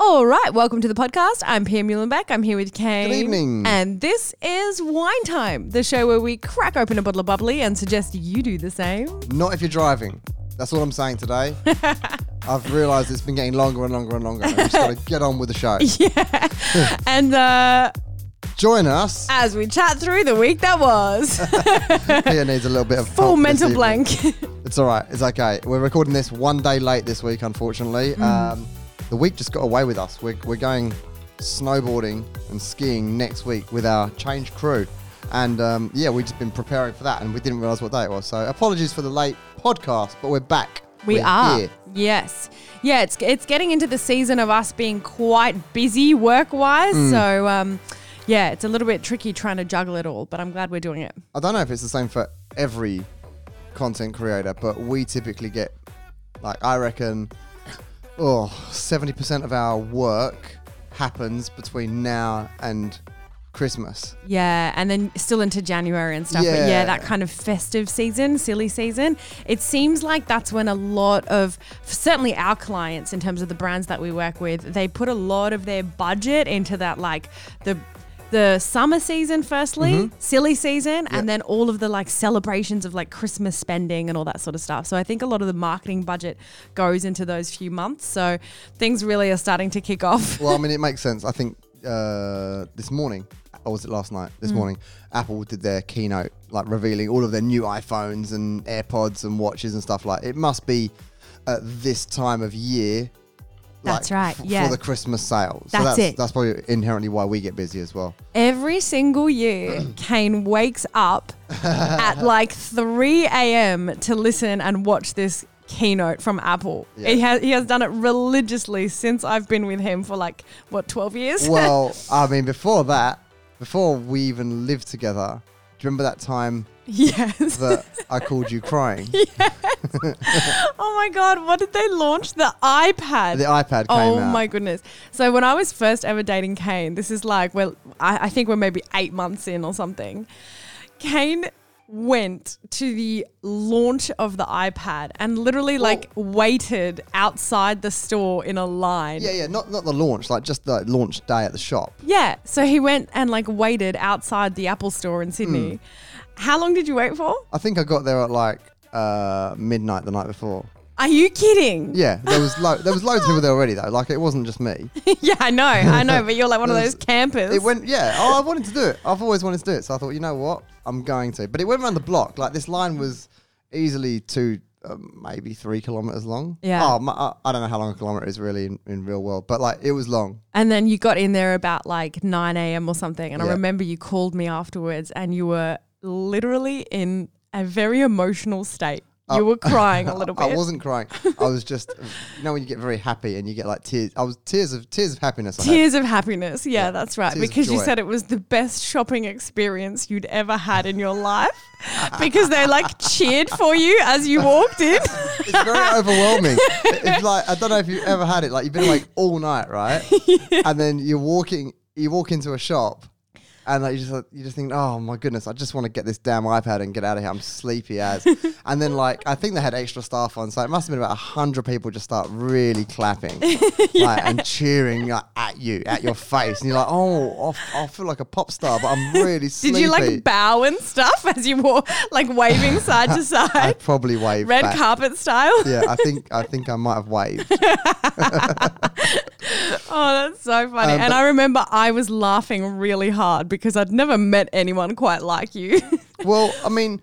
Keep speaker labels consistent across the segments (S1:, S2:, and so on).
S1: All right, welcome to the podcast. I'm Pia Muhlenbeck. I'm here with Kane.
S2: Good evening.
S1: And this is Wine Time, the show where we crack open a bottle of bubbly and suggest you do the same.
S2: Not if you're driving. That's all I'm saying today. I've realised it's been getting longer and longer and longer. I've just got to get on with the show.
S1: Yeah. and uh,
S2: Join us.
S1: as we chat through the week that was,
S2: Pia needs a little bit of
S1: full
S2: help this
S1: mental
S2: evening.
S1: blank.
S2: It's all right. It's okay. We're recording this one day late this week, unfortunately.
S1: Hmm.
S2: Um, the week just got away with us. We're, we're going snowboarding and skiing next week with our change crew. And um, yeah, we've just been preparing for that and we didn't realise what day it was. So apologies for the late podcast, but we're back.
S1: We
S2: We're
S1: are.
S2: here.
S1: Yes. Yeah, it's it's getting into the season of us being quite busy work wise.
S2: Mm.
S1: So um, yeah, it's a little bit tricky trying to juggle it all, but I'm glad we're doing it.
S2: I don't know if it's the same for every content creator, but we typically get, like, I reckon, oh, 70% of our work happens between now and Christmas.
S1: Yeah, and then still into January and stuff. But yeah,
S2: Yeah.
S1: that kind of festive season, silly season. It seems like that's when a lot of certainly our clients in terms of the brands that we work with, they put a lot of their budget into that like the the summer season firstly, silly season, and then all of the like celebrations of like Christmas spending and all that sort of stuff. So I think a lot of the marketing budget goes into those few months. So things really are starting to kick off.
S2: Well, I mean, it makes sense. I think uh, this morning, or was it last night? This
S1: Hmm.
S2: morning, Apple did their keynote, like revealing all of their new iPhones and AirPods and watches and stuff like. It must be at this time of year.
S1: That's right,
S2: f-
S1: yeah.
S2: For the Christmas sale. So
S1: That's
S2: that's
S1: it.
S2: That's probably inherently why we get busy as well.
S1: Every single year, Kane wakes up at like 3 a.m. to listen and watch this keynote from Apple.
S2: Yeah.
S1: He, has, he has done it religiously since I've been with him for like, what, 12 years?
S2: well, I mean, before that, before we even lived together, do you remember that time
S1: yes.
S2: that I called you crying?
S1: Oh my God, what did they launch? The iPad.
S2: The iPad came
S1: Oh
S2: out.
S1: my goodness. So when I was first ever dating Kane, this is like, well, I, I think we're maybe eight months in or something. Kane went to the launch of the iPad and literally like waited outside the store in a line.
S2: Yeah, yeah, not not the launch, like just the launch day at the shop.
S1: Yeah, So he went and like waited outside the Apple store in Sydney.
S2: Hmm.
S1: How long did you wait for?
S2: I think I got there at like uh, midnight the night before.
S1: Are you kidding?
S2: Yeah, there was lo- there was loads of people there already though. Like it wasn't just me.
S1: Yeah, I know, I know, but you're like one of those campers.
S2: It went yeah. Oh, I wanted to do it. I've always wanted to do it. So I thought, you know what, I'm going to. But it went around the block. Like this line was easily two, um, maybe three kilometers long.
S1: Yeah.
S2: Oh, my, I, I don't know how long a kilometer is really in, in real world, but like it was long.
S1: And then you got in there about like 9 a.m. or something. And I
S2: Yeah.
S1: remember you called me afterwards and you were literally in a very emotional state. You were crying a little bit.
S2: Oh. I wasn't crying. I was just, you know, when you get very happy and you get like tears. I was tears of tears of happiness. I had.
S1: Tears of happiness. Yeah, that's right.
S2: Tears of
S1: because you
S2: joy.
S1: said it was the best shopping experience you'd ever had in your life. because they like cheered for you as you walked in.
S2: It's very overwhelming. It's like I don't know if you've ever had it. Like you've been awake all night, right? And then you're walking, you walk into a shop, and like you just you just think, oh my goodness, I just want to get this damn iPad and get out of here. I'm sleepy as. and then like I think they had extra staff on, so it must have been about hundred people just start really clapping, like, and cheering like, at you, at your face, and you're like, oh, I, I feel like a pop star, but I'm really
S1: Did
S2: sleepy.
S1: you like bow and stuff as you wore, like waving side to
S2: I
S1: side,
S2: probably waved
S1: red
S2: back.
S1: carpet style?
S2: Yeah, I think I think I might have waved.
S1: Oh, that's so funny.
S2: Um,
S1: and
S2: but-
S1: I remember I was laughing really hard because I'd never met anyone quite like you.
S2: Well, I mean,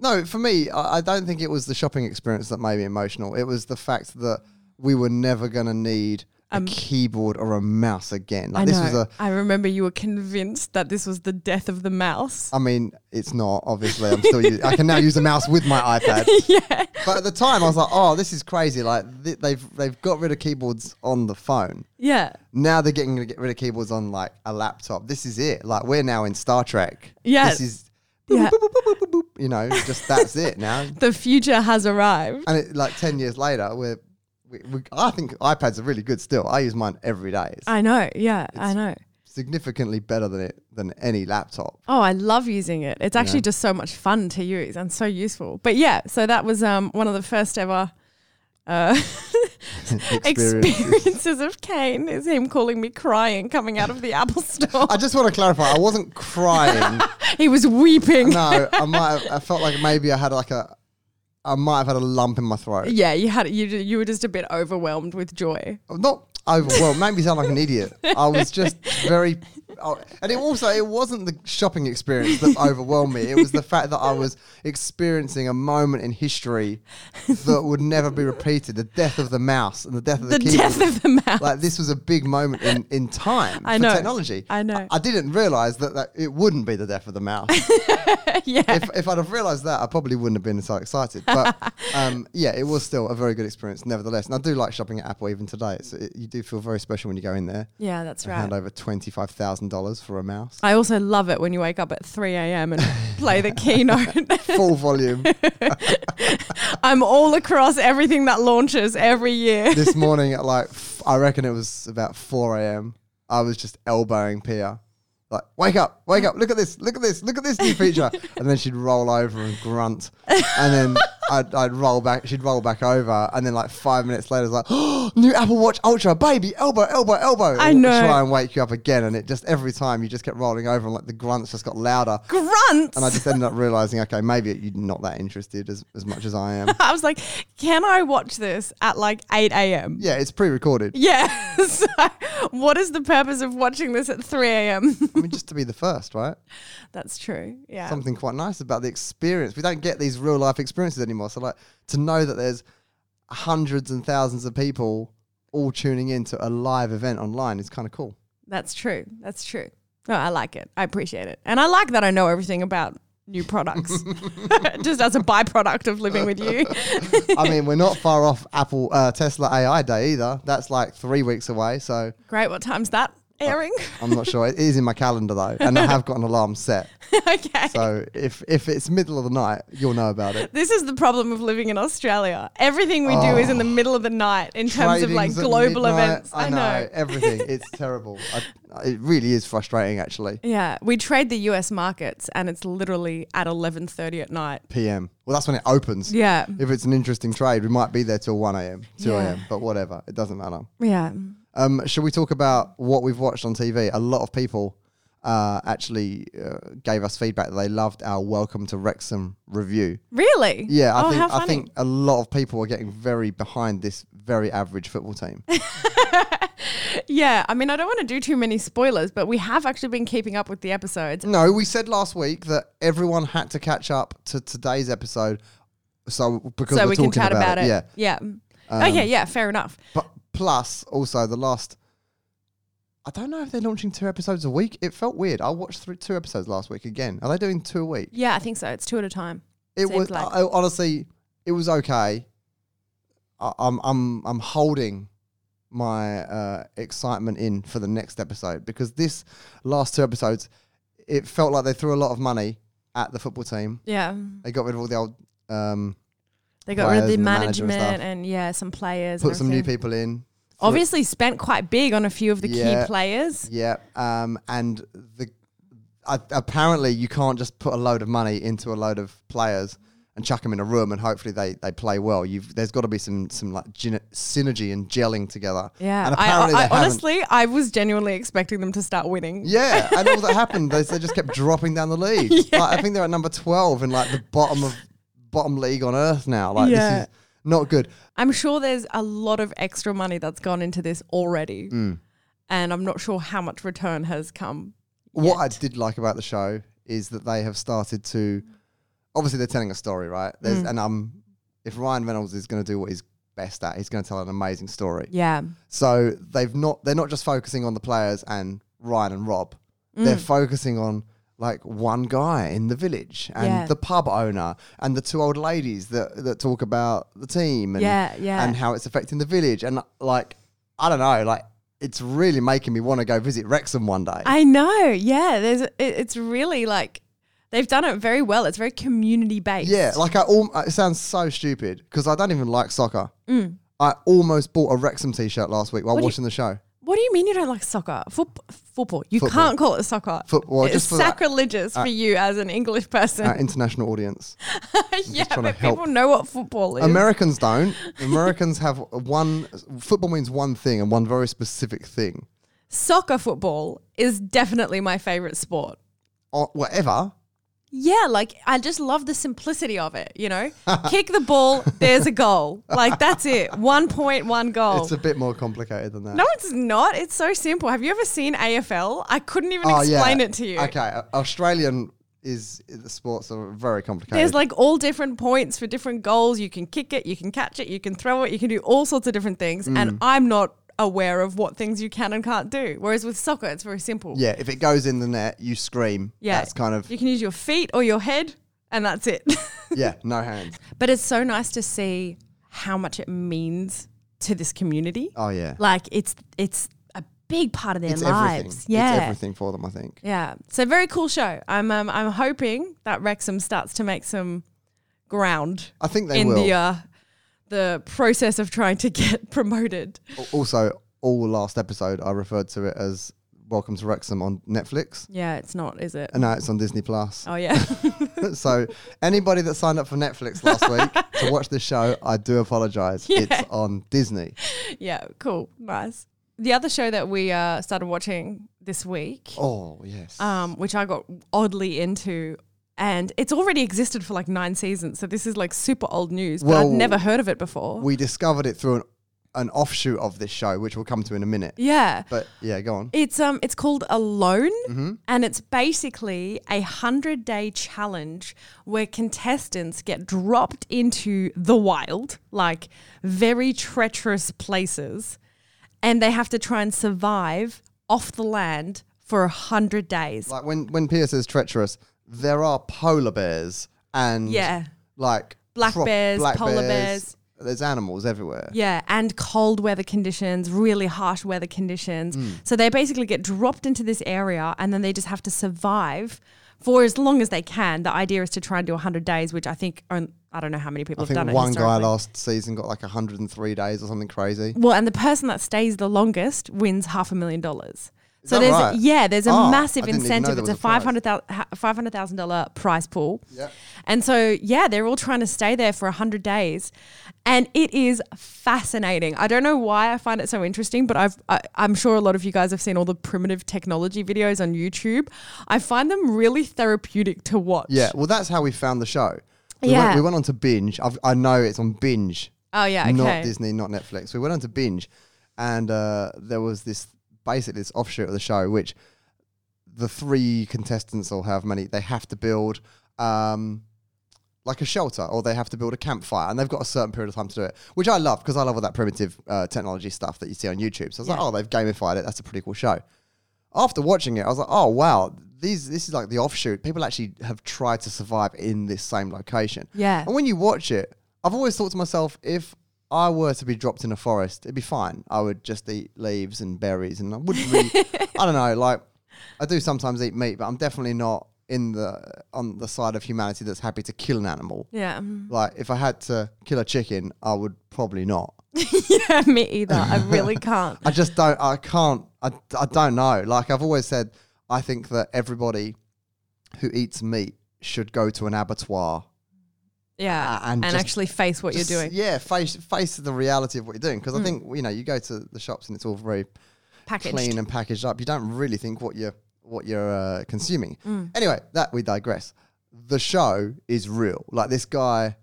S2: no, for me, I, I don't think it was the shopping experience that made me emotional. It was the fact that we were never going to need a keyboard or a mouse again.
S1: Um,
S2: Like,
S1: I
S2: this
S1: know.
S2: was a.
S1: I remember you were convinced that this was the death of the mouse.
S2: I mean, it's not obviously. I'm still. Use, I can now use a mouse with my iPad.
S1: Uh, yeah.
S2: But at the time, I was like, "Oh, this is crazy! Like th- they've they've got rid of keyboards on the phone.
S1: Yeah.
S2: Now they're getting to get rid of keyboards on like a laptop. This is it. Like we're now in Star Trek.
S1: Yeah.
S2: This is.
S1: Yeah.
S2: You know, just that's it now.
S1: The future has arrived.
S2: and it, like 10 years later we're, we, we, i think ipads are really good still i use mine every day it's
S1: I know. Yeah, I know.
S2: significantly better than it than any laptop
S1: Oh, I love using it. It's actually just so much fun to use and so useful. But yeah, so that was um, one of the first ever uh,
S2: experience.
S1: Experiences of Cain is him calling me crying coming out of the Apple store.
S2: I just want to clarify. I wasn't crying.
S1: he was weeping.
S2: no, I might. Have, I felt like maybe I had like a. I might have had a lump in my throat.
S1: Yeah, you had you you were just a bit overwhelmed with joy.
S2: I'm not overwhelmed. Made me sound like an idiot. I was just very, oh, and it also it wasn't the shopping experience that overwhelmed me. It was the fact that I was experiencing a moment in history that would never be repeated: the death of the mouse and the death of the,
S1: The death
S2: keyboard.
S1: of the mouse.
S2: like this was a big moment in, in time
S1: I
S2: for
S1: know.
S2: technology.
S1: I know.
S2: I, didn't realize that, that it wouldn't be the death of the mouse.
S1: yeah.
S2: if, if I'd have realised that, I probably wouldn't have been so excited. But um, yeah, it was still a very good experience, nevertheless. And I do like shopping at Apple even today. It's, it, you do feel very special when you go in there
S1: yeah, that's
S2: and hand
S1: right.
S2: over twenty five thousand dollars for a mouse,
S1: I also love it when you wake up at 3 a.m. and play the keynote.
S2: full volume.
S1: I'm all across everything that launches every year.
S2: this morning at like f- I reckon it was about four a.m. I was just elbowing Pia. Like, wake up, wake up, look at this, look at this, look at this new feature. And then she'd roll over and grunt. And then I'd, I'd roll back, she'd roll back over. And then, like, five minutes later, it's like, oh, new Apple Watch Ultra, baby, elbow, elbow, elbow.
S1: I
S2: And
S1: know.
S2: Try and wake you up again. And it just, every time you just kept rolling over and, like, the grunts just got louder.
S1: Grunts.
S2: And I just ended up realizing, okay, maybe you're not that interested as, as much as I am.
S1: I was like, can I watch this at like 8 a.m.?
S2: Yeah, it's pre recorded.
S1: Yeah. so, what is the purpose of watching this at 3 a.m.?
S2: I mean, just to be the first, right?
S1: That's true. Yeah.
S2: something quite nice about the experience. We don't get these real life experiences anymore. So like to know that there's hundreds and thousands of people all tuning in to a live event online is kind of cool.
S1: That's true. That's true. No, I like it. I appreciate it. And I like that I know everything about new products just as a byproduct of living with you.
S2: I mean, we're not far off Apple uh, Tesla AI Day either. That's like three weeks away, so
S1: Great. What time's that airing?
S2: I'm not sure. It is in my calendar though, and I have got an alarm set.
S1: okay.
S2: Oh. So if if it's middle of the night, you'll know about it.
S1: This is the problem of living in Australia. Everything we do is in the middle of the night in terms of like
S2: Oh. Trading's at
S1: global
S2: midnight.
S1: events.
S2: I know, everything. It's terrible. I, it really is frustrating, actually.
S1: Yeah, we trade the US markets and it's literally at 11:30 at night.
S2: PM. Well, that's when it opens.
S1: Yeah.
S2: if it's an interesting trade, we might be there till 1 a.m., 2
S1: Yeah.
S2: a.m., but whatever. It doesn't matter.
S1: Yeah.
S2: Um, shall we talk about what we've watched on TV? A lot of people uh, actually uh, gave us feedback that they loved our Welcome to Wrexham review.
S1: Really?
S2: Yeah, I,
S1: oh,
S2: think,
S1: how funny.
S2: I think a lot of people are getting very behind this very average football team.
S1: Yeah, I mean, I don't want to do too many spoilers, but we have actually been keeping up with the episodes.
S2: no, we said last week that everyone had to catch up to today's episode. So, because
S1: so
S2: we're
S1: we
S2: talking
S1: can chat about, it.
S2: Yeah. Um,
S1: Yeah. oh yeah, yeah. Fair enough.
S2: But plus, also the last. I don't know if they're launching two episodes a week. It felt weird. I watched through two episodes last week again. Are they doing two a week?
S1: Yeah, I think so. It's two at a time.
S2: It
S1: Seems
S2: was
S1: like-
S2: I, honestly, it was okay. I, I'm I'm I'm holding my uh, excitement in for the next episode because this last two episodes, it felt like they threw a lot of money at the football team.
S1: Yeah,
S2: They got rid of all the old, um,
S1: they got rid of
S2: Players
S1: the
S2: and the manager and
S1: management and,
S2: stuff.
S1: yeah, some players.
S2: put
S1: and
S2: some new
S1: everything.
S2: people in.
S1: Obviously, spent quite big on a few of the
S2: Yeah.
S1: key players.
S2: Yeah, um, and the I, apparently you can't just put a load of money into a load of players and chuck them in a room and hopefully they, they play well. You've there's got to be some some like gin- synergy and gelling together.
S1: Yeah,
S2: and
S1: I,
S2: apparently
S1: I-
S2: they haven't.
S1: honestly, I was genuinely expecting them to start winning.
S2: Yeah, and all that happened, they, they just kept dropping down the league. Like, I think they're at number twelve in like the bottom of bottom league on earth now. Like
S1: Yeah.
S2: this is not good.
S1: I'm sure there's a lot of extra money that's gone into this already,
S2: Mm.
S1: and I'm not sure how much return has come.
S2: What I did like about the show is that they have started to. Obviously, they're telling a story, right? There's,
S1: Mm.
S2: And um, if Ryan Reynolds is going to do what he's best at, he's going to tell an amazing story.
S1: Yeah,
S2: So they've not. They're not just focusing on the players and Ryan and Rob.
S1: Mm.
S2: They're focusing on like one guy in the village and
S1: Yeah.
S2: the pub owner and the two old ladies that that talk about the team and
S1: Yeah, yeah.
S2: and how it's affecting the village and like I don't know like. It's really making me want to go visit Wrexham one day.
S1: I know. Yeah, there's it, it's really like they've done it very well. It's very community based.
S2: Yeah, like I all it sounds so
S1: Mm.
S2: stupid because I don't even like soccer. I almost bought a Wrexham t-shirt last week while watching the show.
S1: What do you mean you don't like soccer? Foot, football. You
S2: Football.
S1: can't call it soccer.
S2: Football,
S1: It's
S2: just for Uh, that-
S1: sacrilegious for you as an English person.
S2: Our international audience.
S1: yeah,
S2: trying to
S1: but people
S2: help.
S1: know what football is.
S2: Americans don't. Americans have one. Football means one thing and one very specific thing.
S1: soccer football is definitely my favorite sport.
S2: Or whatever.
S1: Yeah, like I just love the simplicity of it, you know? Kick the ball, there's a goal. Like that's it. One point, one goal.
S2: It's a bit more complicated than that.
S1: Oh. no, it's not. It's so simple. Have you ever seen AFL? I couldn't even
S2: Oh, yeah.
S1: explain it to you.
S2: Okay, uh, Australian is the sports are very complicated.
S1: There's like all different points for different goals. You can kick it, you can catch it, you can throw it, you can do all sorts of different things.
S2: Mm.
S1: And I'm not aware of what things you can and can't do. Whereas with soccer, it's very simple.
S2: yeah, if it goes in the net, you scream.
S1: Yeah.
S2: that's kind of
S1: You can use your feet or your head, and that's it.
S2: yeah, no hands.
S1: but it's so nice to see how much it means to this community.
S2: Oh yeah,
S1: Like it's it's a big part of their
S2: it's everything.
S1: lives. Yeah.
S2: it's everything for them. I think.
S1: Yeah. So very cool show. I'm um, I'm hoping that Wrexham starts to make some ground
S2: I think they
S1: in
S2: will.
S1: the uh, the process of trying to get promoted.
S2: Al- also, all last episode I referred to it as "Welcome to Wrexham" on Netflix,
S1: Yeah, it's not, is it?
S2: and now it's on Disney Plus.
S1: Oh yeah.
S2: so anybody that signed up for Netflix last week to watch this show, I do apologise. It's on Disney.
S1: yeah, cool. Nice. The other show that we uh, started watching this week,
S2: Oh yes.
S1: um, which I got oddly into and it's already existed for like nine seasons, so this is like super old news, but I'd
S2: Well,
S1: never heard of it before.
S2: we discovered it through an, an offshoot of this show, which we'll come to in a minute.
S1: yeah.
S2: But yeah, go on.
S1: It's um it's called Alone and it's basically a 100-day challenge where contestants get dropped into the wild, like very treacherous places, and they have to try and survive off the land for 100 days.
S2: Like when when Pierce is treacherous, there are polar bears and
S1: yeah.
S2: like
S1: Black bears, polar bears.
S2: There's animals everywhere.
S1: Yeah, and cold weather conditions, really harsh weather conditions.
S2: Hmm.
S1: So they basically get dropped into this area and then they just have to survive for as long as they can. The idea is to try and do 100 days, which I think, on- I don't know how many people
S2: I
S1: have done
S2: think
S1: it.
S2: one guy
S1: historically.
S2: last season got like 103 days or something crazy.
S1: Well, and the person that stays the longest wins half a million dollars. So
S2: that
S1: there's
S2: right?
S1: yeah, there's a
S2: Ah,
S1: massive
S2: I didn't even know
S1: incentive.
S2: there
S1: It's
S2: was
S1: a
S2: a prize.
S1: five hundred thousand dollar prize pool.
S2: Yep.
S1: And so yeah, they're all trying to stay there for hundred days, and it is fascinating. I don't know why I find it so interesting, but I've I, I'm sure a lot of you guys have seen all the primitive technology videos on YouTube. I find them really therapeutic to watch.
S2: Yeah, well, that's how we found the show. We
S1: Yeah.
S2: Went, we went on to Binge. I've, I know it's on Binge,
S1: Oh yeah. Okay.
S2: not Disney, not Netflix. We went on to Binge, and uh, there was this basically this offshoot of the show, which the three contestants or however many they have to build. Um, like a shelter, or they have to build a campfire, and they've got a certain period of time to do it, which I love because I love all that primitive uh, technology stuff that you see on YouTube. So I was like,
S1: Yeah.
S2: oh, they've gamified it. That's a pretty cool show. After watching it, I was like, oh wow, these this is like the offshoot. People actually have tried to survive in this same location.
S1: Yeah.
S2: And when you watch it, I've always thought to myself, if I were to be dropped in a forest, it'd be fine. I would just eat leaves and berries, and I wouldn't really. I don't know, like I do sometimes eat meat, but I'm definitely not in the on the side of humanity that's happy to kill an animal.
S1: Yeah.
S2: Like if I had to kill a chicken, I would probably not.
S1: yeah. Me either. I really can't.
S2: I just don't. I can't. I, I don't know. Like I've always said, I think that everybody who eats meat should go to an abattoir.
S1: Yeah.
S2: Ah, and
S1: and
S2: just-
S1: actually face what
S2: Just,
S1: you're doing. Hmm.
S2: Yeah, face face the reality of what you're doing. Because I think you know, you go to the shops and it's all very
S1: Packaged.
S2: clean and packaged up. You don't really think what you're what you're uh, consuming.
S1: Mm.
S2: Anyway, that we digress. The show is real. Like this guy.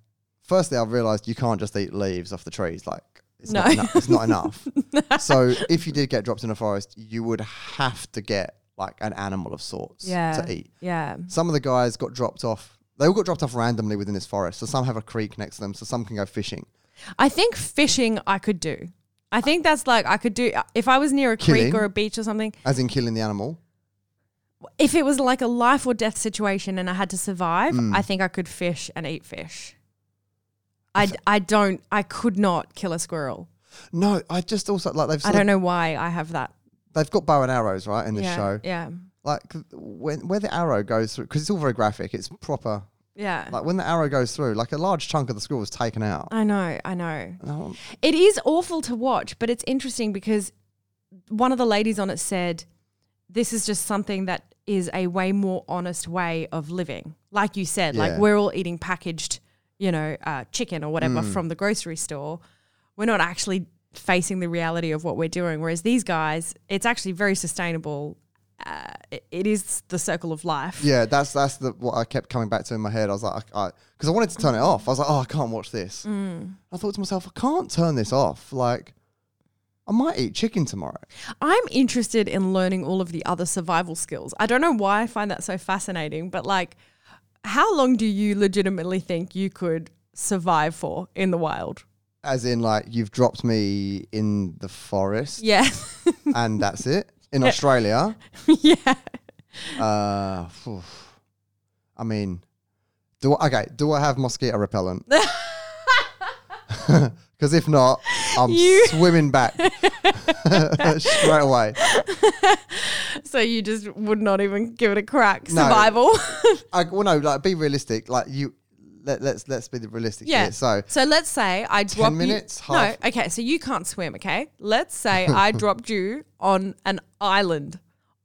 S2: Firstly, I realised you can't just eat leaves off the trees. Like it's
S1: No.
S2: not enough. It's not enough. So if you did get dropped in a forest, you would have to get like an animal of sorts
S1: yeah.
S2: to eat.
S1: Yeah.
S2: Some of the guys got dropped off. They all got dropped off randomly within this forest. So some have a creek next to them. So some can go fishing.
S1: I think fishing I could do. I think that's like I could do if I was near a creek
S2: Killing?
S1: or a beach or something.
S2: As in killing the animal.
S1: If it was like a life or death situation and I had to survive,
S2: Mm.
S1: I think I could fish and eat fish. I, I don't I could not kill a squirrel.
S2: No, I just also like they've
S1: I
S2: sort
S1: don't
S2: of,
S1: know why I have that.
S2: they've got bow and arrows right in this
S1: yeah,
S2: show.
S1: yeah,
S2: Like when where the arrow goes through because it's all very graphic. It's proper.
S1: yeah.
S2: Like when the arrow goes through, like a large chunk of the school was taken out.
S1: I know, I know.
S2: And I-
S1: It is awful to watch, but it's interesting because one of the ladies on it said, this is just something that is a way more honest way of living. Like you said, like
S2: Yeah.
S1: we're all eating packaged, you know, uh, chicken or whatever
S2: Mm.
S1: from the grocery store. We're not actually facing the reality of what we're doing. Whereas these guys, it's actually very sustainable. Uh, it- it is the circle of life.
S2: Yeah, that's that's the what I kept coming back to in my head. I was like, I because I, wanted to turn it off. I was like, oh, I can't watch this. I thought to myself, I can't turn this off. Like, I might eat chicken tomorrow.
S1: I'm interested in learning all of the other survival skills. I don't know why I find that so fascinating, but like, how long do you legitimately think you could survive for in the wild?
S2: As in, like, you've dropped me in the forest,
S1: Yeah.
S2: and that's it. In Australia,
S1: yeah.
S2: uh, phew. I mean, do I, okay? Do I have mosquito repellent? Because if not, I'm
S1: You-
S2: swimming back straight away.
S1: So you just would not even give it a crack.
S2: No.
S1: Survival.
S2: I, well, no, like be realistic. Like you, let, let's let's be the realistic.
S1: Yeah.
S2: Here. So
S1: so let's say I drop you-
S2: minutes, half.
S1: No, okay. So you can't swim, okay? Let's say I dropped you on an island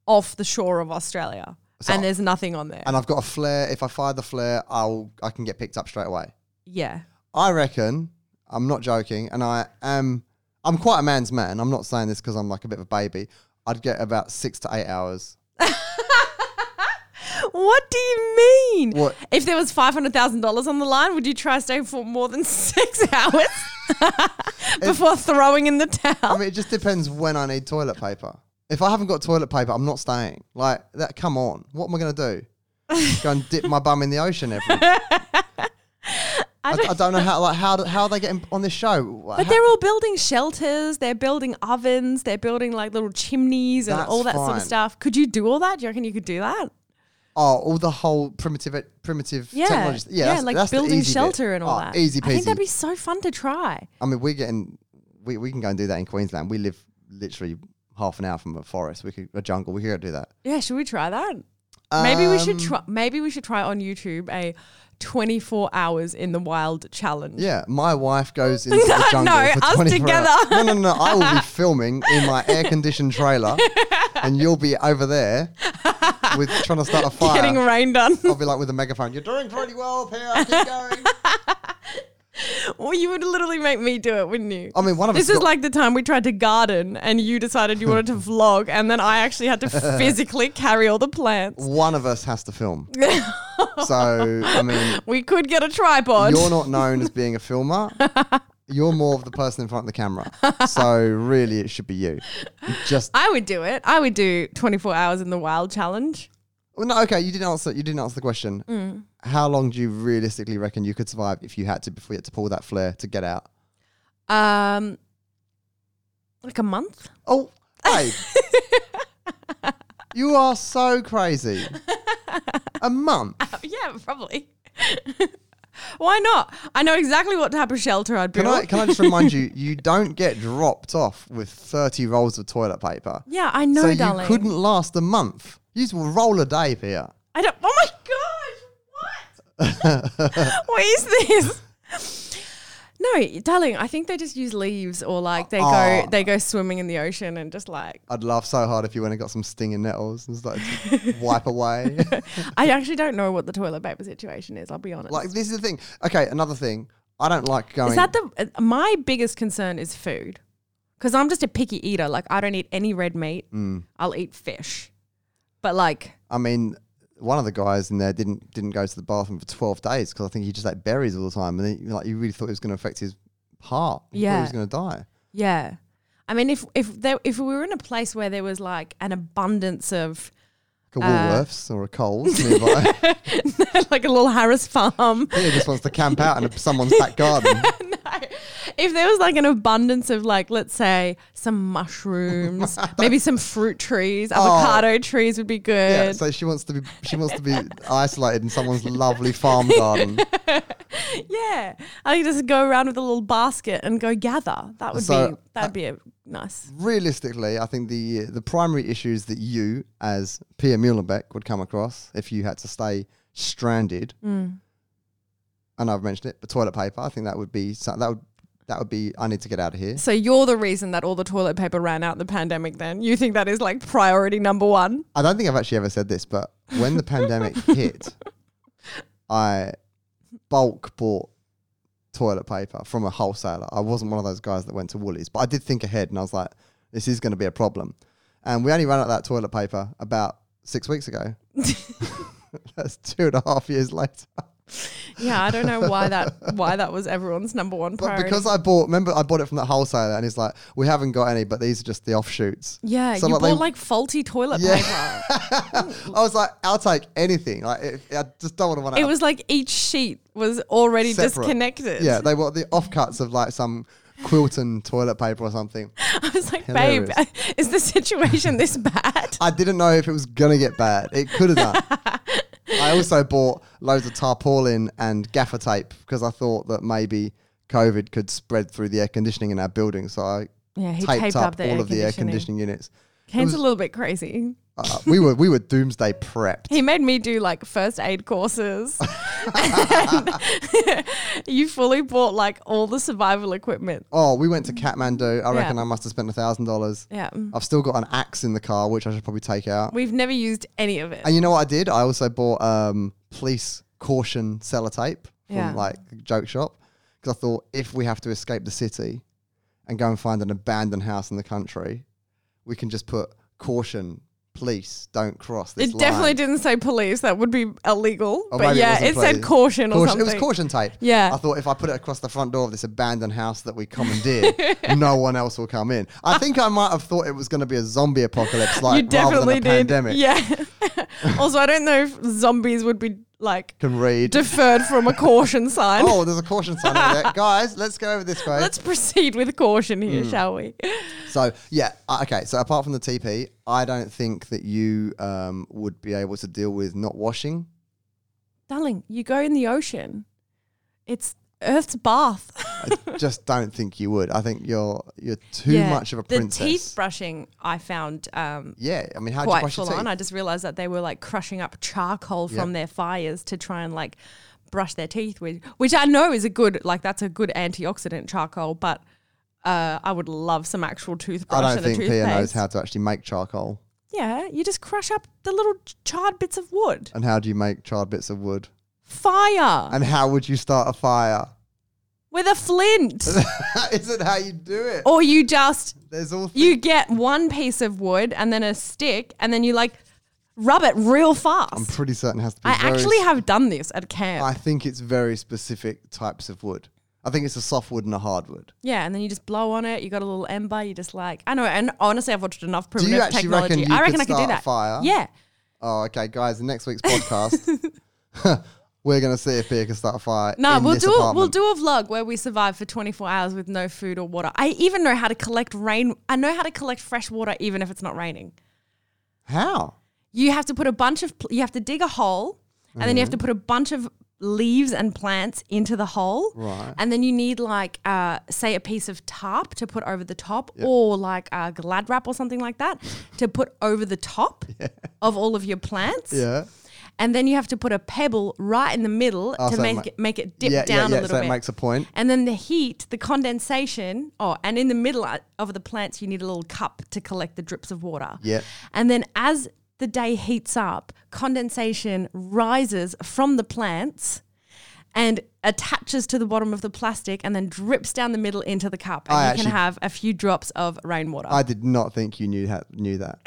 S1: off the shore of Australia and there's nothing on there.
S2: and I've got a flare. If I fire the flare, I'll I can get picked up straight away.
S1: yeah.
S2: I reckon. I'm not joking, and I am. I'm quite a man's man. I'm not saying this because I'm like a bit of a baby. I'd get about six to eight hours.
S1: What do you mean?
S2: What?
S1: If there was five hundred thousand dollars on the line, would you try staying for more than six hours before throwing in the towel?
S2: I mean, it just depends when I need toilet paper. If I haven't got toilet paper, I'm not staying. Like that. Come on. What am I gonna do? Go and dip my bum in the ocean every. I, I don't, know how. Like how? do- How are they getting on this show?
S1: but they're all building shelters, they're building ovens, they're building like little chimneys and
S2: That's
S1: all that sort of
S2: fine.
S1: stuff. Could you do all that? Do you reckon you could do that?
S2: Oh, all the whole primitive primitive
S1: Yeah,
S2: technologies. Yeah, that's,
S1: like
S2: that's the
S1: building
S2: easy bit.
S1: shelter and all
S2: Oh,
S1: that.
S2: Easy
S1: I think
S2: peasy. I,
S1: that'd be so fun to try.
S2: mean, we're getting we, we can go and do that in Queensland. We live literally half an hour from a forest. We could a jungle. We could go do that.
S1: Yeah, should we try that? Maybe we should
S2: Um,
S1: try. Maybe we should try on YouTube a twenty-four hours in the wild challenge.
S2: Yeah, my wife goes into the jungle
S1: No,
S2: for
S1: us
S2: 24
S1: together.
S2: hours. No, no, no. I will be filming in my air conditioned trailer, and you'll be over there with trying to start a fire.
S1: Getting rained on.
S2: I'll be like with a megaphone. You're doing pretty well, Pierre. Keep going.
S1: Well, you would literally make me do it, wouldn't you?
S2: I mean, one of
S1: This
S2: us
S1: is
S2: got-
S1: like the time we tried to garden and you decided you wanted to vlog, and then I actually had to physically carry all the plants.
S2: one of us has to film. so I mean,
S1: We could get a tripod.
S2: you're not known as being a filmer. You're more of the person in front of the camera. So really, it should be you. Just
S1: I would do it. I would do 24 hours in the wild challenge.
S2: well, no, okay. You didn't answer. You didn't answer the question.
S1: Mm.
S2: How long do you realistically reckon you could survive if you had to before you had to pull that flare to get out?
S1: Um, like a month.
S2: Oh, hey, you are so crazy. A month.
S1: Yeah, probably. Why not? I know exactly what type of shelter I'd
S2: Can
S1: build.
S2: I can I just remind you? You don't get dropped off with thirty rolls of toilet paper.
S1: yeah, I know,
S2: so
S1: darling.
S2: you couldn't last a month. You just will roll a day, Pierre.
S1: I don't. Oh my gosh! What? what is this? No, darling. I think they just use leaves, or like they
S2: Aw.
S1: go they go swimming in the ocean and just like.
S2: I'd laugh so hard if you went and got some stinging nettles and started to wipe away.
S1: I actually don't know what the toilet paper situation is. I'll be honest.
S2: like this is the thing. Okay, another thing. I don't like going.
S1: is that the uh, my biggest concern is food, because I'm just a picky eater. Like I don't eat any red meat.
S2: Mm.
S1: I'll eat fish, but like
S2: I mean, one of the guys in there didn't didn't go to the bathroom for twelve days because I think he just ate berries all the time, and then like you really thought it was going to affect his heart. You thought
S1: Yeah.
S2: he was going to die.
S1: Yeah. I mean, if if there, if we were in a place where there was like an abundance of
S2: Like a Woolworths or a Coles nearby.
S1: like a little Harris farm,
S2: Peter just wants to camp out in someone's back garden.
S1: no, if there was like an abundance of like let's say some mushrooms, maybe some fruit trees, avocado trees would be good.
S2: Oh. Yeah, so she wants to be she wants to be isolated in someone's lovely farm garden.
S1: yeah, I could just go around with a little basket and go gather. That would
S2: So, uh,
S1: be that'd be a nice.
S2: realistically, I think the the primary issues that you, as Pia Muhlenbeck, would come across if you had to stay stranded. I know I've mentioned it, but toilet paper. I think that would be so- that would that would be I need to get out of here.
S1: So you're the reason that all the toilet paper ran out in the pandemic then. You think that is like priority number 1?
S2: I don't think I've actually ever said this, but when the pandemic hit, I bulk bought toilet paper from a wholesaler. I wasn't one of those guys that went to Woolies, but I did think ahead and I was like, this is going to be a problem. And we only ran out of that toilet paper about six weeks ago. That's two and a half years later.
S1: Yeah, I don't know why that why that was everyone's number one
S2: But
S1: priority.
S2: because I bought, remember, I bought it from that wholesaler and he's like, we haven't got any, but these are just the offshoots.
S1: yeah,
S2: So
S1: you
S2: like
S1: bought
S2: they-
S1: like faulty toilet
S2: Yeah.
S1: paper.
S2: I was like, I'll take anything. Like, if, I just don't want to run out.
S1: It
S2: of
S1: was like each sheet was already
S2: Separate.
S1: disconnected.
S2: Yeah, they were the offcuts of like some Quilton toilet paper or something.
S1: I was like,
S2: Hilarious.
S1: babe, is the situation this bad?
S2: I didn't know if it was gonna get bad. It could have done. I also bought loads of tarpaulin and gaffer tape because I thought that maybe COVID could spread through the air conditioning in our building. So I
S1: Yeah, he
S2: taped,
S1: taped
S2: up,
S1: up the
S2: all
S1: air
S2: of the air
S1: conditioning.
S2: conditioning units.
S1: Ken's
S2: was-
S1: a little bit crazy.
S2: Uh, we were we were doomsday prepped.
S1: He made me do like first aid courses. And you fully bought like all the survival equipment.
S2: Oh, we went to Kathmandu. I reckon
S1: Yeah.
S2: I must have spent a thousand dollars.
S1: Yeah.
S2: I've still got an axe in the car, which I should probably take out.
S1: We've never used any of it.
S2: And you know what I did? I also bought um, police caution sellotape from
S1: Yeah.
S2: like a joke shop because I thought if we have to escape the city and go and find an abandoned house in the country, we can just put caution, police, don't cross this
S1: It definitely
S2: line.
S1: didn't say police. That would be illegal.
S2: Or
S1: but
S2: maybe it
S1: yeah,
S2: wasn't
S1: it, said
S2: police.
S1: caution or
S2: Caution, it
S1: something.
S2: was caution tape.
S1: Yeah.
S2: I thought if I put it across the front door of this abandoned house that we commandeered, no one else will come in. I think I might have thought it was going to be a zombie apocalypse, like
S1: you definitely
S2: rather than a
S1: did.
S2: pandemic.
S1: Yeah. also, I don't know if zombies would be like
S2: Can read.
S1: deferred from a caution sign.
S2: oh, there's a caution sign over there, guys. Let's go over this way.
S1: Let's proceed with caution here,
S2: Mm.
S1: shall we?
S2: So yeah, uh, okay. So apart from the TP, I don't think that you um, would be able to deal with not washing.
S1: Darling, you go in the ocean. It's Earth's bath.
S2: I just don't think you would. I think you're you're too much of a princess.
S1: The teeth brushing I found um,
S2: yeah, I mean, how do you
S1: quite
S2: brush your
S1: full
S2: teeth?
S1: on. I just realized that they were like crushing up charcoal from their fires to try and like brush their teeth with, which I know is a good like that's a good antioxidant charcoal, but uh, I would love some actual
S2: I
S1: toothbrush
S2: don't
S1: and a
S2: think Pia
S1: toothpaste.
S2: knows how to actually make charcoal.
S1: yeah, you just crush up the little charred bits of wood.
S2: And how do you make charred bits of wood?
S1: Fire
S2: And how would you start a fire?
S1: with a flint,
S2: Is it how you do it?
S1: or you just
S2: There's all things.
S1: Oh, you get one piece of wood and then a stick, and then you like rub it real
S2: I'm
S1: fast.
S2: pretty certain it has to be.
S1: I
S2: very
S1: actually have done this at camp.
S2: I think it's very specific types of wood. I think it's a soft wood and a hard wood.
S1: Yeah, and then you just blow on it. You got a little ember. You just like I know. And honestly, I've watched enough
S2: you
S1: primitive
S2: actually
S1: technology.
S2: reckon you
S1: I reckon
S2: could
S1: I could do
S2: start a
S1: that.
S2: fire?
S1: Yeah,
S2: Oh, okay, guys. The next week's podcast, we're gonna see if Pia can start a fire.
S1: no,
S2: in
S1: we'll
S2: this
S1: do a, we'll
S2: apartment.
S1: do a vlog where we survive for 24 hours with no food or water. I even know how to collect rain. I know how to collect fresh water even if it's not raining.
S2: How?
S1: You have to put a bunch of pl- you have to dig a hole, and then you
S2: Mm-hmm.
S1: have to put a bunch of leaves and plants into the hole.
S2: Right.
S1: And then you need like uh, say a piece of tarp to put over the top, or like a glad wrap or something like that to put over the top of all of your plants.
S2: Yeah.
S1: And then you have to put a pebble right in the middle
S2: Oh,
S1: to
S2: so it
S1: make
S2: ma-
S1: it, make it dip
S2: yeah,
S1: down a
S2: yeah, yeah.
S1: little
S2: So
S1: bit.
S2: it makes a point.
S1: and then the heat, the condensation, oh, and in the middle of the plants, you need a little cup to collect the drips of water.
S2: Yep.
S1: And then as the day heats up, condensation rises from the plants and attaches to the bottom of the plastic and then drips down the middle into the cup. And
S2: I
S1: you
S2: actually-
S1: can have a few drops of rainwater.
S2: I did not think you knew ha- knew that.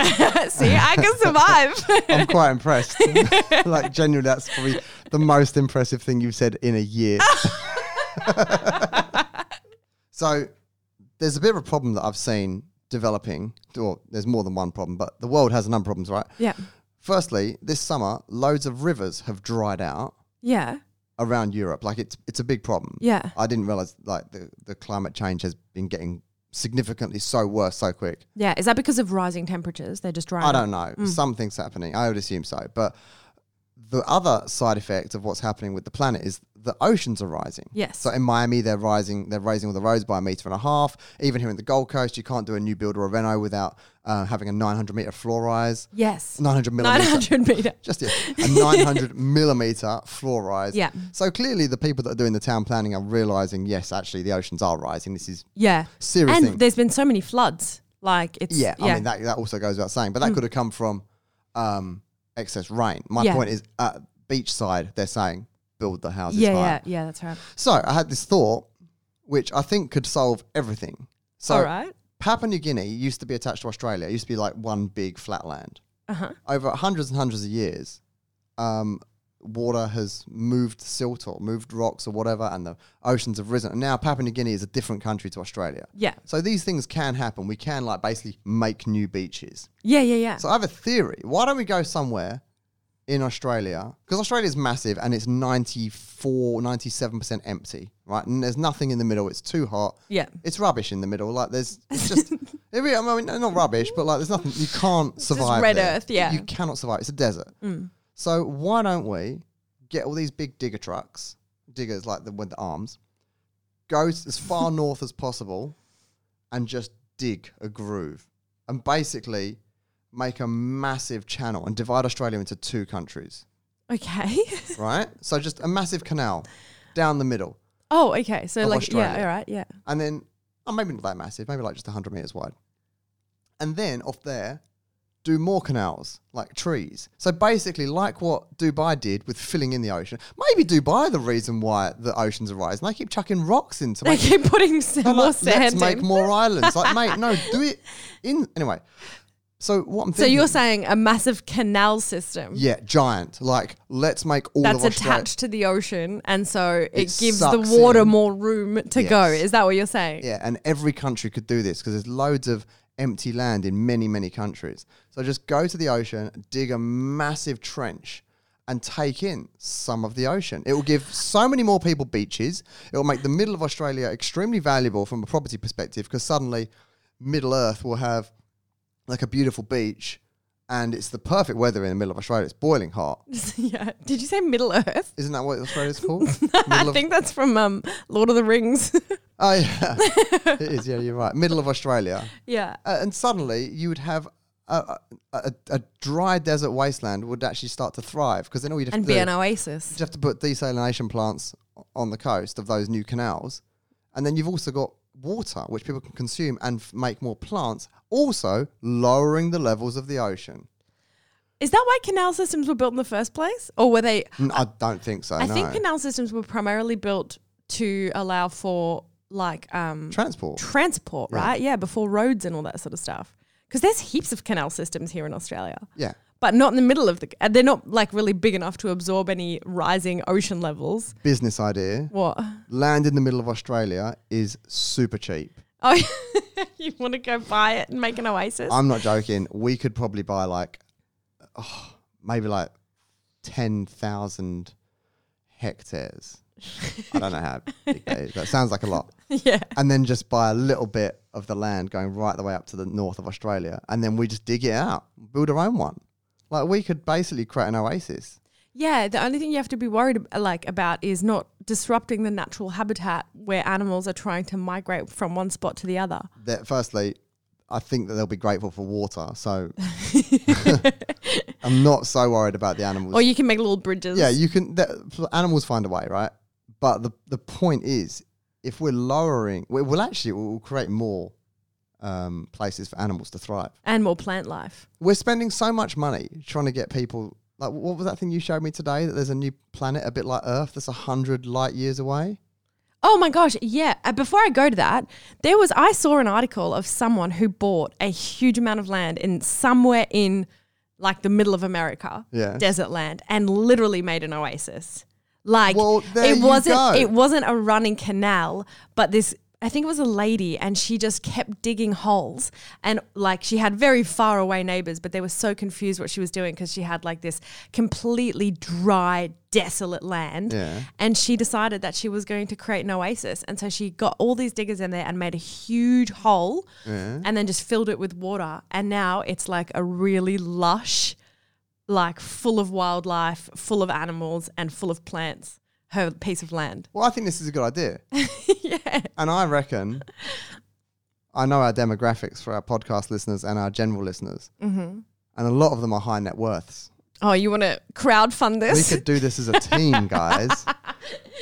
S1: See, I can survive.
S2: I'm quite impressed. like genuinely, that's probably the most impressive thing you've said in a year. so there's a bit of a problem that I've seen developing. Or there's more than one problem, but the world has a number of problems, right?
S1: yeah.
S2: Firstly, this summer, loads of rivers have dried out.
S1: Yeah.
S2: around Europe. Like it's it's a big problem.
S1: Yeah.
S2: I didn't realize like the, the climate change has been getting significantly so worse so quick.
S1: Yeah. Is that because of rising temperatures? They're just drying.
S2: I don't know. Something's happening. I would assume so. But the other side effect of what's happening with the planet is the oceans are rising.
S1: Yes.
S2: So in Miami, they're rising. They're raising all the roads by a meter and a half. Even here in the Gold Coast, you can't do a new build or a reno without uh, having a 900 meter floor rise.
S1: Yes.
S2: 900 millimeter.
S1: 900 meter.
S2: Just yeah, a 900 millimeter floor rise.
S1: Yeah.
S2: So clearly, the people that are doing the town planning are realizing, yes, actually, the oceans are rising. This is
S1: Yeah.
S2: Serious
S1: And
S2: thing.
S1: there's been so many floods. Like it's
S2: yeah. I mean, that that also goes without saying, but that could have come from um, excess rain. My
S1: Hmm. Yeah.
S2: point is, at beachside, they're saying build the houses
S1: yeah,
S2: higher.
S1: yeah, yeah, that's right.
S2: So I had this thought, which I think could solve everything. So
S1: All right.
S2: Papua New Guinea used to be attached to Australia. It used to be like one big flatland.
S1: Uh-huh.
S2: Over hundreds and hundreds of years, um, water has moved silt or moved rocks or whatever, and the oceans have risen. And now Papua New Guinea is a different country to Australia.
S1: Yeah.
S2: So these things can happen. We can like basically make new beaches.
S1: Yeah, yeah, yeah.
S2: So I have a theory. Why don't we go somewhere in Australia? Because Australia is massive and it's 94, 97% empty, right? And there's nothing in the middle. It's too hot.
S1: yeah.
S2: It's rubbish in the middle. Like there's it's just it really- I mean not rubbish, but like there's nothing you can't survive.
S1: red
S2: there.
S1: earth, yeah. Mm.
S2: You cannot survive. It's a desert. So why don't we get all these big digger trucks, diggers like the with the arms, go s- as far north as possible, and just dig a groove, and basically make a massive channel and divide Australia into two countries.
S1: Okay.
S2: Right. so just a massive canal down the middle.
S1: oh, okay. So
S2: Of
S1: like yeah,
S2: Australia.
S1: all right, yeah.
S2: And then, oh, maybe not that massive, maybe like just 100 meters wide. And then off there, do more canals, like trees. So basically, like what Dubai did with filling in the ocean, maybe Dubai the reason why the oceans are rising. They keep chucking rocks into
S1: They
S2: it.
S1: keep putting some more
S2: let's
S1: sand
S2: make
S1: in.
S2: more islands. Like, mate, no, do it in. Anyway, so what I'm
S1: So
S2: thinking.
S1: you're saying a massive canal system
S2: Yeah, giant. Like, let's make all
S1: that's
S2: of Australia.
S1: attached to the ocean and so it,
S2: It
S1: gives the
S2: sucks
S1: water
S2: in.
S1: more room to go.
S2: Yes.
S1: Is that what you're saying?
S2: Yeah, and every country could do this because there's loads of empty land in many, many countries. So just go to the ocean, dig a massive trench, and take in some of the ocean. It will give so many more people beaches. It will make the middle of Australia extremely valuable from a property perspective because suddenly Middle Earth will have like a beautiful beach. And it's the perfect weather in the middle of Australia. It's boiling hot.
S1: yeah. Did you say Middle Earth?
S2: Isn't that what Australia's called? Middle
S1: I
S2: of-
S1: think that's from um, Lord of the Rings.
S2: Oh, yeah. it is. Yeah, you're right. Middle of Australia.
S1: yeah.
S2: uh, and suddenly you would have a, a, a, a dry desert wasteland would actually start to thrive because then all you'd have
S1: And
S2: to
S1: be
S2: do,
S1: an
S2: you'd
S1: oasis.
S2: have to put desalination plants o- on the coast of those new canals, and then you've also got water which people can consume and f- make more plants, also lowering the levels of the ocean.
S1: Is that why canal systems were built in the first place? Or were they
S2: N- I don't think so.
S1: I
S2: no.
S1: think canal systems were primarily built to allow for like um,
S2: transport.
S1: transport, right? Yeah, before roads and all that sort of stuff. Because there's heaps of canal systems here in Australia,
S2: yeah.
S1: but not in the middle of the. And they're not like really big enough to absorb any rising ocean levels.
S2: Business idea.
S1: What?
S2: Land in the middle of Australia is super cheap.
S1: Oh, you want to go buy it and make an oasis?
S2: I'm not joking. We could probably buy like, oh, maybe like ten thousand hectares. I don't know how big that is. That sounds like a lot.
S1: yeah.
S2: And then just buy a little bit of the land going right the way up to the north of Australia, and then we just dig it out, build our own one. Like we could basically create an oasis.
S1: Yeah, the only thing you have to be worried ab- like about is not disrupting the natural habitat where animals are trying to migrate from one spot to the other.
S2: That firstly, I think that they'll be grateful for water, so I'm not so worried about the animals.
S1: Or you can make little bridges.
S2: Yeah, you can. The, f- animals find a way, right? But the the point is, if we're lowering, we, we'll actually we'll create more um, places for animals to thrive.
S1: and more plant life.
S2: We're spending so much money trying to get people. Like, what was that thing you showed me today? That there's a new planet, a bit like Earth, that's a hundred light years away.
S1: Oh my gosh, yeah. Uh, Before I go to that, there was I saw an article of someone who bought a huge amount of land in somewhere in like the middle of America,
S2: Yeah.
S1: desert land, and literally made an oasis. Like
S2: Well, there
S1: it
S2: you
S1: wasn't
S2: go.
S1: it wasn't a running canal, but this I think it was a lady and she just kept digging holes and like she had very far away neighbors, but they were so confused what she was doing because she had like this completely dry, desolate land.
S2: Yeah.
S1: And she decided that she was going to create an oasis. And so she got all these diggers in there and made a huge hole and then just filled it with water. And now it's like a really lush, like full of wildlife, full of animals, and full of plants her piece of land.
S2: Well, I think this is a good idea.
S1: yeah.
S2: And I reckon I know our demographics for our podcast listeners and our general listeners. Mm-hmm. And a lot of them are high net worths.
S1: Oh, you want to crowdfund
S2: We
S1: this?
S2: could do this as a team, guys.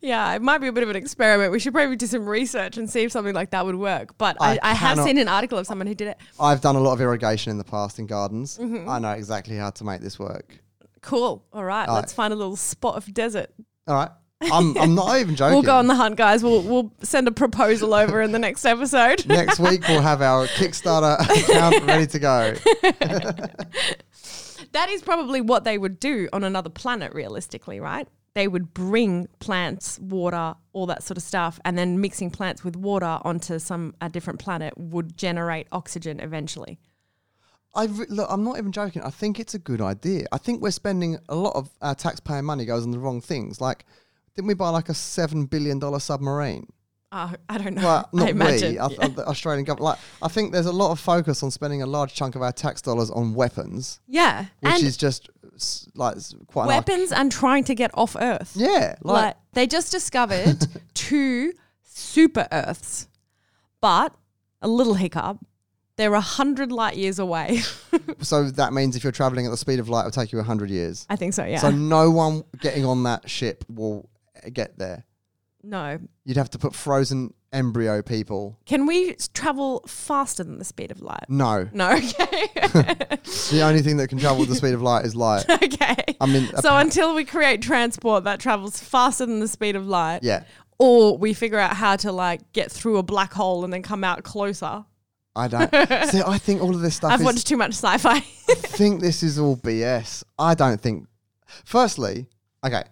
S1: yeah, it might be a bit of an experiment. We should probably do some research and see if something like that would work. But I,
S2: I
S1: I, have
S2: cannot-
S1: seen an article of someone who did it.
S2: I've done a lot of irrigation in the past in gardens.
S1: Mm-hmm.
S2: I know exactly how to make this work.
S1: Cool. All right, let's find a little spot of desert.
S2: All right. I'm, I'm not even joking.
S1: We'll go on the hunt, guys. We'll we'll send a proposal over in the next episode.
S2: Next week, we'll have our Kickstarter account ready to go.
S1: that is probably what they would do on another planet, realistically, right? They would bring plants, water, all that sort of stuff, and then mixing plants with water onto some a different planet would generate oxygen eventually.
S2: I re- look, I'm not even joking. I think it's a good idea. I think we're spending a lot of our taxpayer money goes on the wrong things. Like, didn't we buy like a seven billion dollar submarine?
S1: Uh, I don't know.
S2: Well,
S1: I
S2: not we,
S1: imagine.
S2: I,
S1: yeah.
S2: the Australian government. Like, I think there's a lot of focus on spending a large chunk of our tax dollars on weapons,
S1: Yeah.
S2: which
S1: and
S2: is just s- like s- quite an arch-
S1: weapons and trying to get off Earth.
S2: yeah,
S1: Like,
S2: like,
S1: they just discovered two super Earths, but a little hiccup. They're a hundred light years away.
S2: so that means if you're traveling at the speed of light, it'll take you hundred years.
S1: I think so. Yeah.
S2: So no one getting on that ship will uh, get there.
S1: no.
S2: You'd have to put frozen embryo people.
S1: Can we s- travel faster than the speed of light?
S2: No,
S1: No. Okay.
S2: the only thing that can travel at the speed of light is light.
S1: okay.
S2: I mean,
S1: so until we create transport that travels faster than the speed of light,
S2: yeah,
S1: or we figure out how to like get through a black hole and then come out closer.
S2: I don't. See, I think all of this stuff.
S1: I've
S2: is,
S1: watched too much sci-fi.
S2: I think this is all BS. I don't think. Firstly, okay,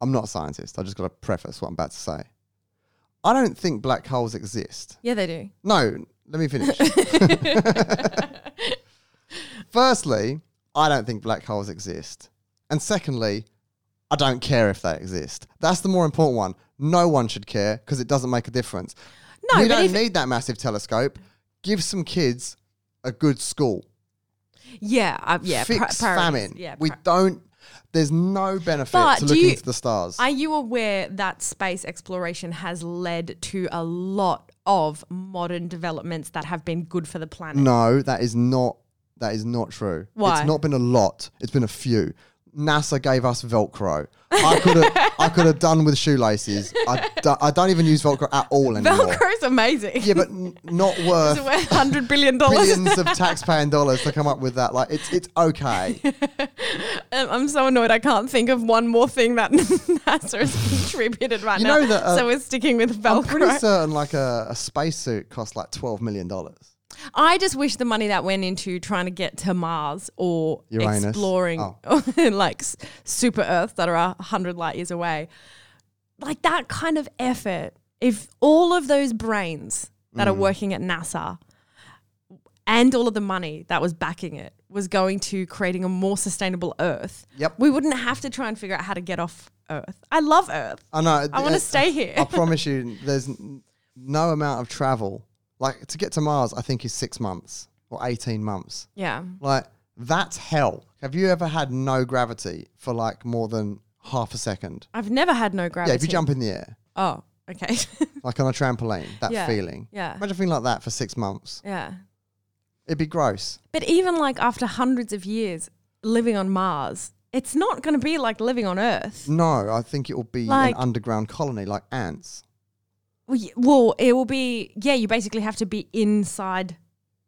S2: I'm not a scientist. I just got to preface what I'm about to say. I don't think black holes exist.
S1: yeah, they do.
S2: No, let me finish. Firstly, I don't think black holes exist. And secondly, I don't care if they exist. That's the more important one. No one should care because it doesn't make a difference.
S1: No,
S2: we
S1: but
S2: don't
S1: if-
S2: need that massive telescope. Give some kids a good school.
S1: Yeah, uh, yeah. pri-
S2: Fix
S1: priorities.
S2: famine.
S1: Yeah,
S2: we
S1: pri-
S2: don't. There's no benefit
S1: But
S2: to
S1: do
S2: looking
S1: you-
S2: to the stars.
S1: Are you aware that space exploration has led to a lot of modern developments that have been good for the planet?
S2: No, that is not. That is not true.
S1: Why?
S2: It's not been a lot. It's been a few. NASA gave us Velcro. I could have. I could have done with shoelaces. I, do, I don't even use Velcro at all anymore.
S1: Velcro's amazing.
S2: Yeah, but n- not
S1: It's
S2: worth
S1: worth hundred billion dollars.
S2: billions of taxpaying dollars to come up with that. Like it's it's okay.
S1: Um, I'm so annoyed. I can't think of one more thing that NASA has contributed right
S2: You
S1: now.
S2: know that, uh,
S1: so we're sticking with
S2: I'm pretty
S1: Velcro.
S2: certain like a, a spacesuit costs like twelve million dollars.
S1: I just wish the money that went into trying to get to Mars or
S2: Uranus. Oh.
S1: exploring like s- super Earths that are a hundred light years away, like that kind of effort. If all of those brains that
S2: Mm.
S1: are working at NASA and all of the money that was backing it was going to creating a more sustainable Earth,
S2: Yep.
S1: we wouldn't have to try and figure out how to get off Earth. I love Earth.
S2: I know.
S1: I want to stay here.
S2: I promise you, there's n- no amount of travel. Like to get to Mars, I think is six months or eighteen months.
S1: yeah.
S2: Like that's hell. Have you ever had no gravity for like more than half a second?
S1: I've never had no gravity.
S2: Yeah, if you jump in the air,
S1: Oh, okay.
S2: like on a trampoline, that
S1: Yeah,
S2: feeling.
S1: yeah.
S2: Imagine feeling like that for six months.
S1: yeah.
S2: It'd be gross.
S1: But even like after hundreds of years living on Mars, it's not going to be like living on Earth.
S2: No, I think it will be
S1: Like-
S2: an underground colony, like ants.
S1: Well, y- Well, it will be, yeah, you basically have to be inside,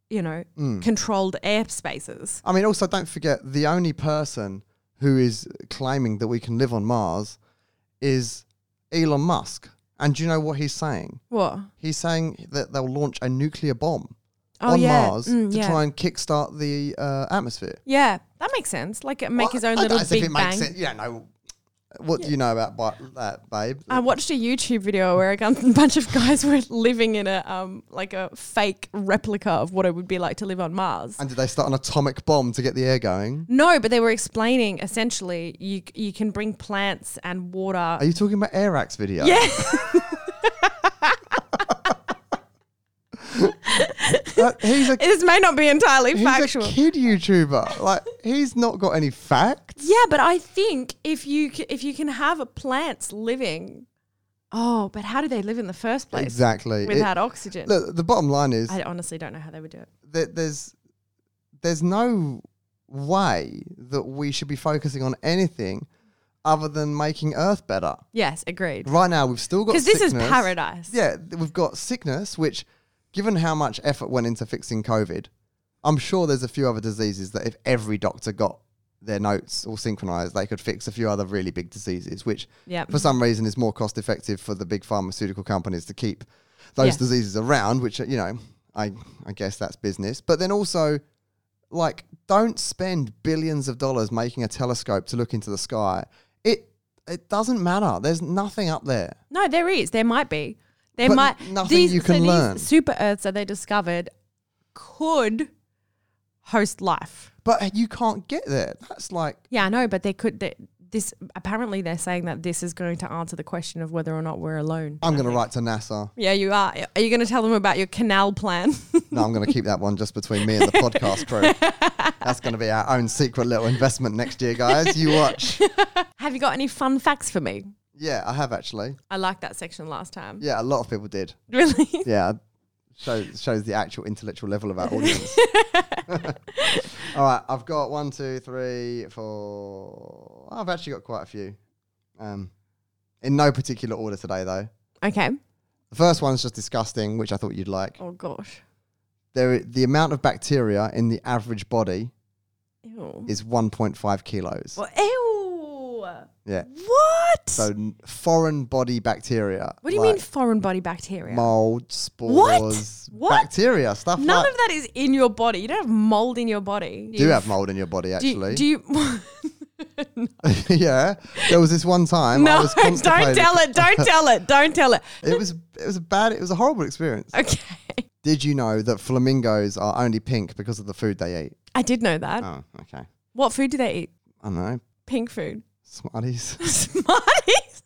S1: you know,
S2: Mm.
S1: controlled air spaces.
S2: I mean, also don't forget the only person who is claiming that we can live on Mars is Elon Musk. And do you know what he's saying?
S1: What?
S2: He's saying that they'll launch a nuclear bomb
S1: Oh,
S2: on
S1: yeah.
S2: Mars
S1: Mm,
S2: to
S1: yeah.
S2: try and kickstart the uh, atmosphere.
S1: Yeah, that makes sense. Like make
S2: Well,
S1: his own
S2: I
S1: little
S2: don't know if
S1: big
S2: it
S1: bang.
S2: makes sense. You don't know. What do you know about bi- that, babe?
S1: I watched a YouTube video where a gun- bunch of guys were living in a um like a fake replica of what it would be like to live on Mars.
S2: and did they start an atomic bomb to get the air going?
S1: No, but they were explaining essentially you you can bring plants and water
S2: Are you talking about Air Axe video?
S1: Yeah.
S2: That- he's a,
S1: This may not be entirely
S2: he's a
S1: factual.
S2: kid YouTuber. Like, he's not got any facts.
S1: Yeah, but I think if you c- if you can have a plants living, oh, but how do they live in the first place
S2: Exactly. It-
S1: without oxygen?
S2: look, the bottom line is
S1: I honestly don't know how they would do it.
S2: that there's there's no way that we should be focusing on anything other than making Earth better.
S1: Yes, agreed.
S2: Right now, we've still got
S1: Because this is
S2: sickness.
S1: paradise.
S2: Yeah, th- we've got sickness, which, given how much effort went into fixing COVID, I'm sure there's a few other diseases that if every doctor got their notes all synchronized, they could fix a few other really big diseases, which
S1: Yep.
S2: for some reason is more cost effective for the big pharmaceutical companies to keep those
S1: Yeah.
S2: diseases around, which, uh, you know, I, I guess that's business. But then also, like, don't spend billions of dollars making a telescope to look into the sky. It, it doesn't matter. There's nothing up there.
S1: No, there is. There might be. There
S2: But
S1: might
S2: nothing you can
S1: so
S2: learn.
S1: These super Earths that they discovered could host life.
S2: But you can't get there. That's like
S1: Yeah, I know, but they could. They, this apparently they're saying that this is going to answer the question of whether or not we're alone.
S2: I'm going to write to NASA.
S1: yeah, you are. Are you going to tell them about your canal plan?
S2: No, I'm going to keep that one just between me and the podcast crew. That's going to be our own secret little investment next year, guys. You watch.
S1: Have you got any fun facts for me?
S2: Yeah, I have actually.
S1: I liked that section last time.
S2: Yeah, a lot of people did.
S1: Really?
S2: Yeah, shows shows the actual intellectual level of our audience. All right, I've got one, two, three, four. I've actually got quite a few. Um, in no particular order today, though.
S1: Okay.
S2: The first one's just disgusting, which I thought you'd like.
S1: Oh gosh.
S2: there the amount of bacteria in the average body
S1: Ew.
S2: is 1.5 kilos.
S1: Well, ew.
S2: Yeah.
S1: What?
S2: So n- foreign body bacteria.
S1: what do you
S2: like
S1: mean foreign body bacteria?
S2: Mold, spores,
S1: What?
S2: bacteria, stuff
S1: None
S2: like
S1: of that is in your body. You don't have mold in your body.
S2: Do have mold in your body,
S1: Do you-
S2: actually.
S1: Do you?
S2: yeah. There was this one time I
S1: no,
S2: was
S1: don't
S2: constipated.
S1: tell it. Don't tell it. Don't tell it.
S2: It was it was a bad it was a horrible experience.
S1: Okay.
S2: Did you know that flamingos are only pink because of the food they eat?
S1: I did know that.
S2: Oh, okay.
S1: What food do they eat?
S2: I don't know.
S1: Pink food.
S2: Smarties.
S1: Smarties.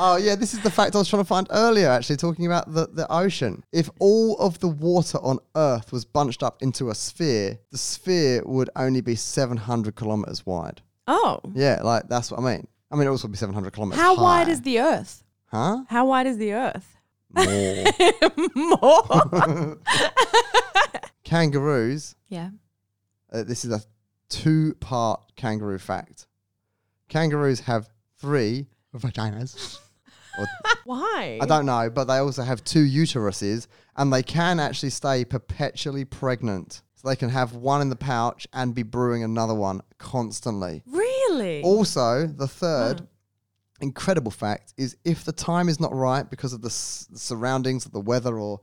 S2: Oh yeah, this is the fact I was trying to find earlier. Actually, talking about the, the ocean. If all of the water on Earth was bunched up into a sphere, the sphere would only be seven hundred kilometers wide.
S1: Oh.
S2: Yeah, like that's what I mean. I mean, it also would be seven hundred kilometers.
S1: How
S2: high.
S1: wide is the Earth?
S2: Huh?
S1: How wide is the Earth?
S2: More.
S1: More.
S2: Kangaroos.
S1: yeah.
S2: Uh, this is a two-part kangaroo fact. Kangaroos have three vaginas. Or
S1: Why?
S2: I don't know, but they also have two uteruses and they can actually stay perpetually pregnant. So they can have one in the pouch and be brewing another one constantly.
S1: Really?
S2: Oh. Also, the third incredible fact is if the time is not right because of the s- surroundings, of the weather, or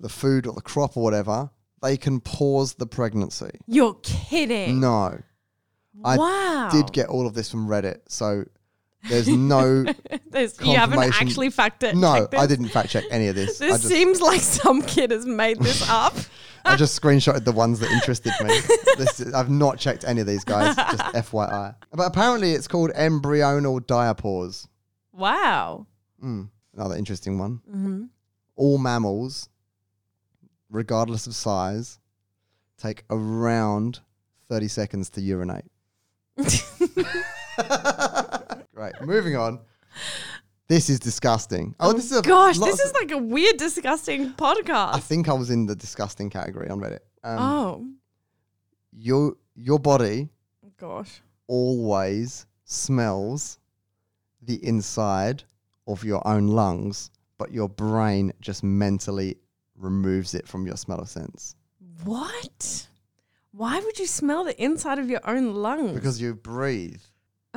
S2: the food, or the crop, or whatever, they can pause the pregnancy.
S1: You're kidding.
S2: No. I
S1: wow.
S2: Did get all of this from Reddit. So there's no.
S1: This- you haven't
S2: confirmation-
S1: actually fact it.
S2: no,
S1: checked
S2: I
S1: this?
S2: didn't fact check any of this. I
S1: This
S2: just
S1: seems like some kid has made this up.
S2: I just screenshotted the ones that interested me. This is, I've not checked any of these guys, just FYI. But apparently it's called embryonal diapause.
S1: wow.
S2: Mm, another interesting one.
S1: Mm-hmm.
S2: All mammals, regardless of size, take around 30 seconds to urinate. Great. Moving on. This is disgusting. Oh, this is a
S1: Gosh,
S2: lot
S1: this
S2: of-
S1: is like a weird, disgusting
S2: I
S1: podcast.
S2: think I was in the disgusting category on Reddit. Um,
S1: Oh,
S2: Your your body
S1: gosh.
S2: always smells the inside of your own lungs, but your brain just mentally removes it from your smell of sense
S1: What? Why would you smell the inside of your own lungs?
S2: because you breathe.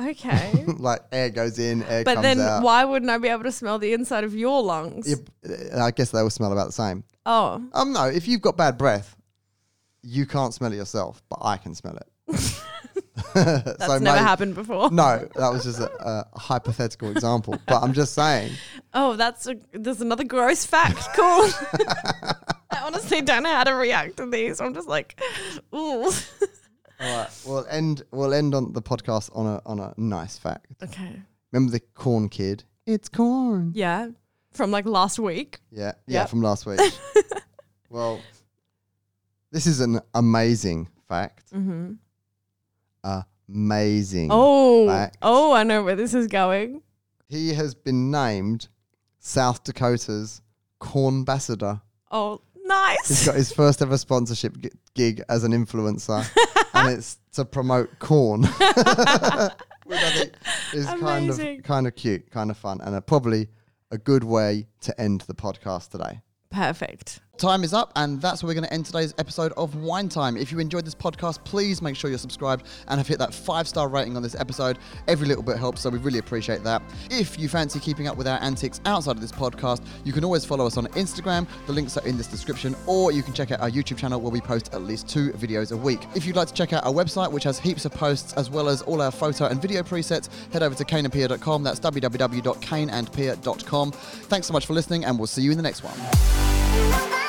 S1: okay.
S2: like air goes in, air
S1: but
S2: comes
S1: then
S2: out.
S1: why wouldn't I be able to smell the inside of your lungs?
S2: Yep, uh, I guess they all smell about the same.
S1: Oh.
S2: Um, no, if you've got bad breath, you can't smell it yourself, but I can smell it.
S1: That's never happened before.
S2: No, that was just a, a hypothetical example. But I'm just saying,
S1: Oh, that's a, there's another gross fact. Cool. I honestly don't know how to react to these. I'm just like, ooh.
S2: All right, we'll end. We'll end on the podcast on a on a nice fact.
S1: okay.
S2: Remember the corn kid? It's corn.
S1: Yeah. from like last week.
S2: Yeah, yeah,
S1: Yep.
S2: from last week. well, this is an amazing fact.
S1: Mm-hmm.
S2: Amazing.
S1: Oh,
S2: Fact.
S1: oh, I know where this is going.
S2: He has been named South Dakota's corn ambassador.
S1: Oh, nice.
S2: He's got his first ever sponsorship gi- gig as an influencer, and it's to promote corn. Which I think is kind
S1: Amazing.
S2: of kind of cute, kind of fun, and a, probably a good way to end the podcast today.
S1: Perfect.
S2: Time is up, and that's where we're going to end today's episode of Wine Time. If you enjoyed this podcast, please make sure you're subscribed and have hit that five star rating on this episode. Every little bit helps, so we really appreciate that. If you fancy keeping up with our antics outside of this podcast, you can always follow us on Instagram. The links are in this description, or you can check out our YouTube channel where we post at least two videos a week. If you'd like to check out our website, which has heaps of posts as well as all our photo and video presets, head over to caneandpia.com. That's www.caneandpia.com. Thanks so much for listening, and we'll see you in the next one.
S3: Thank you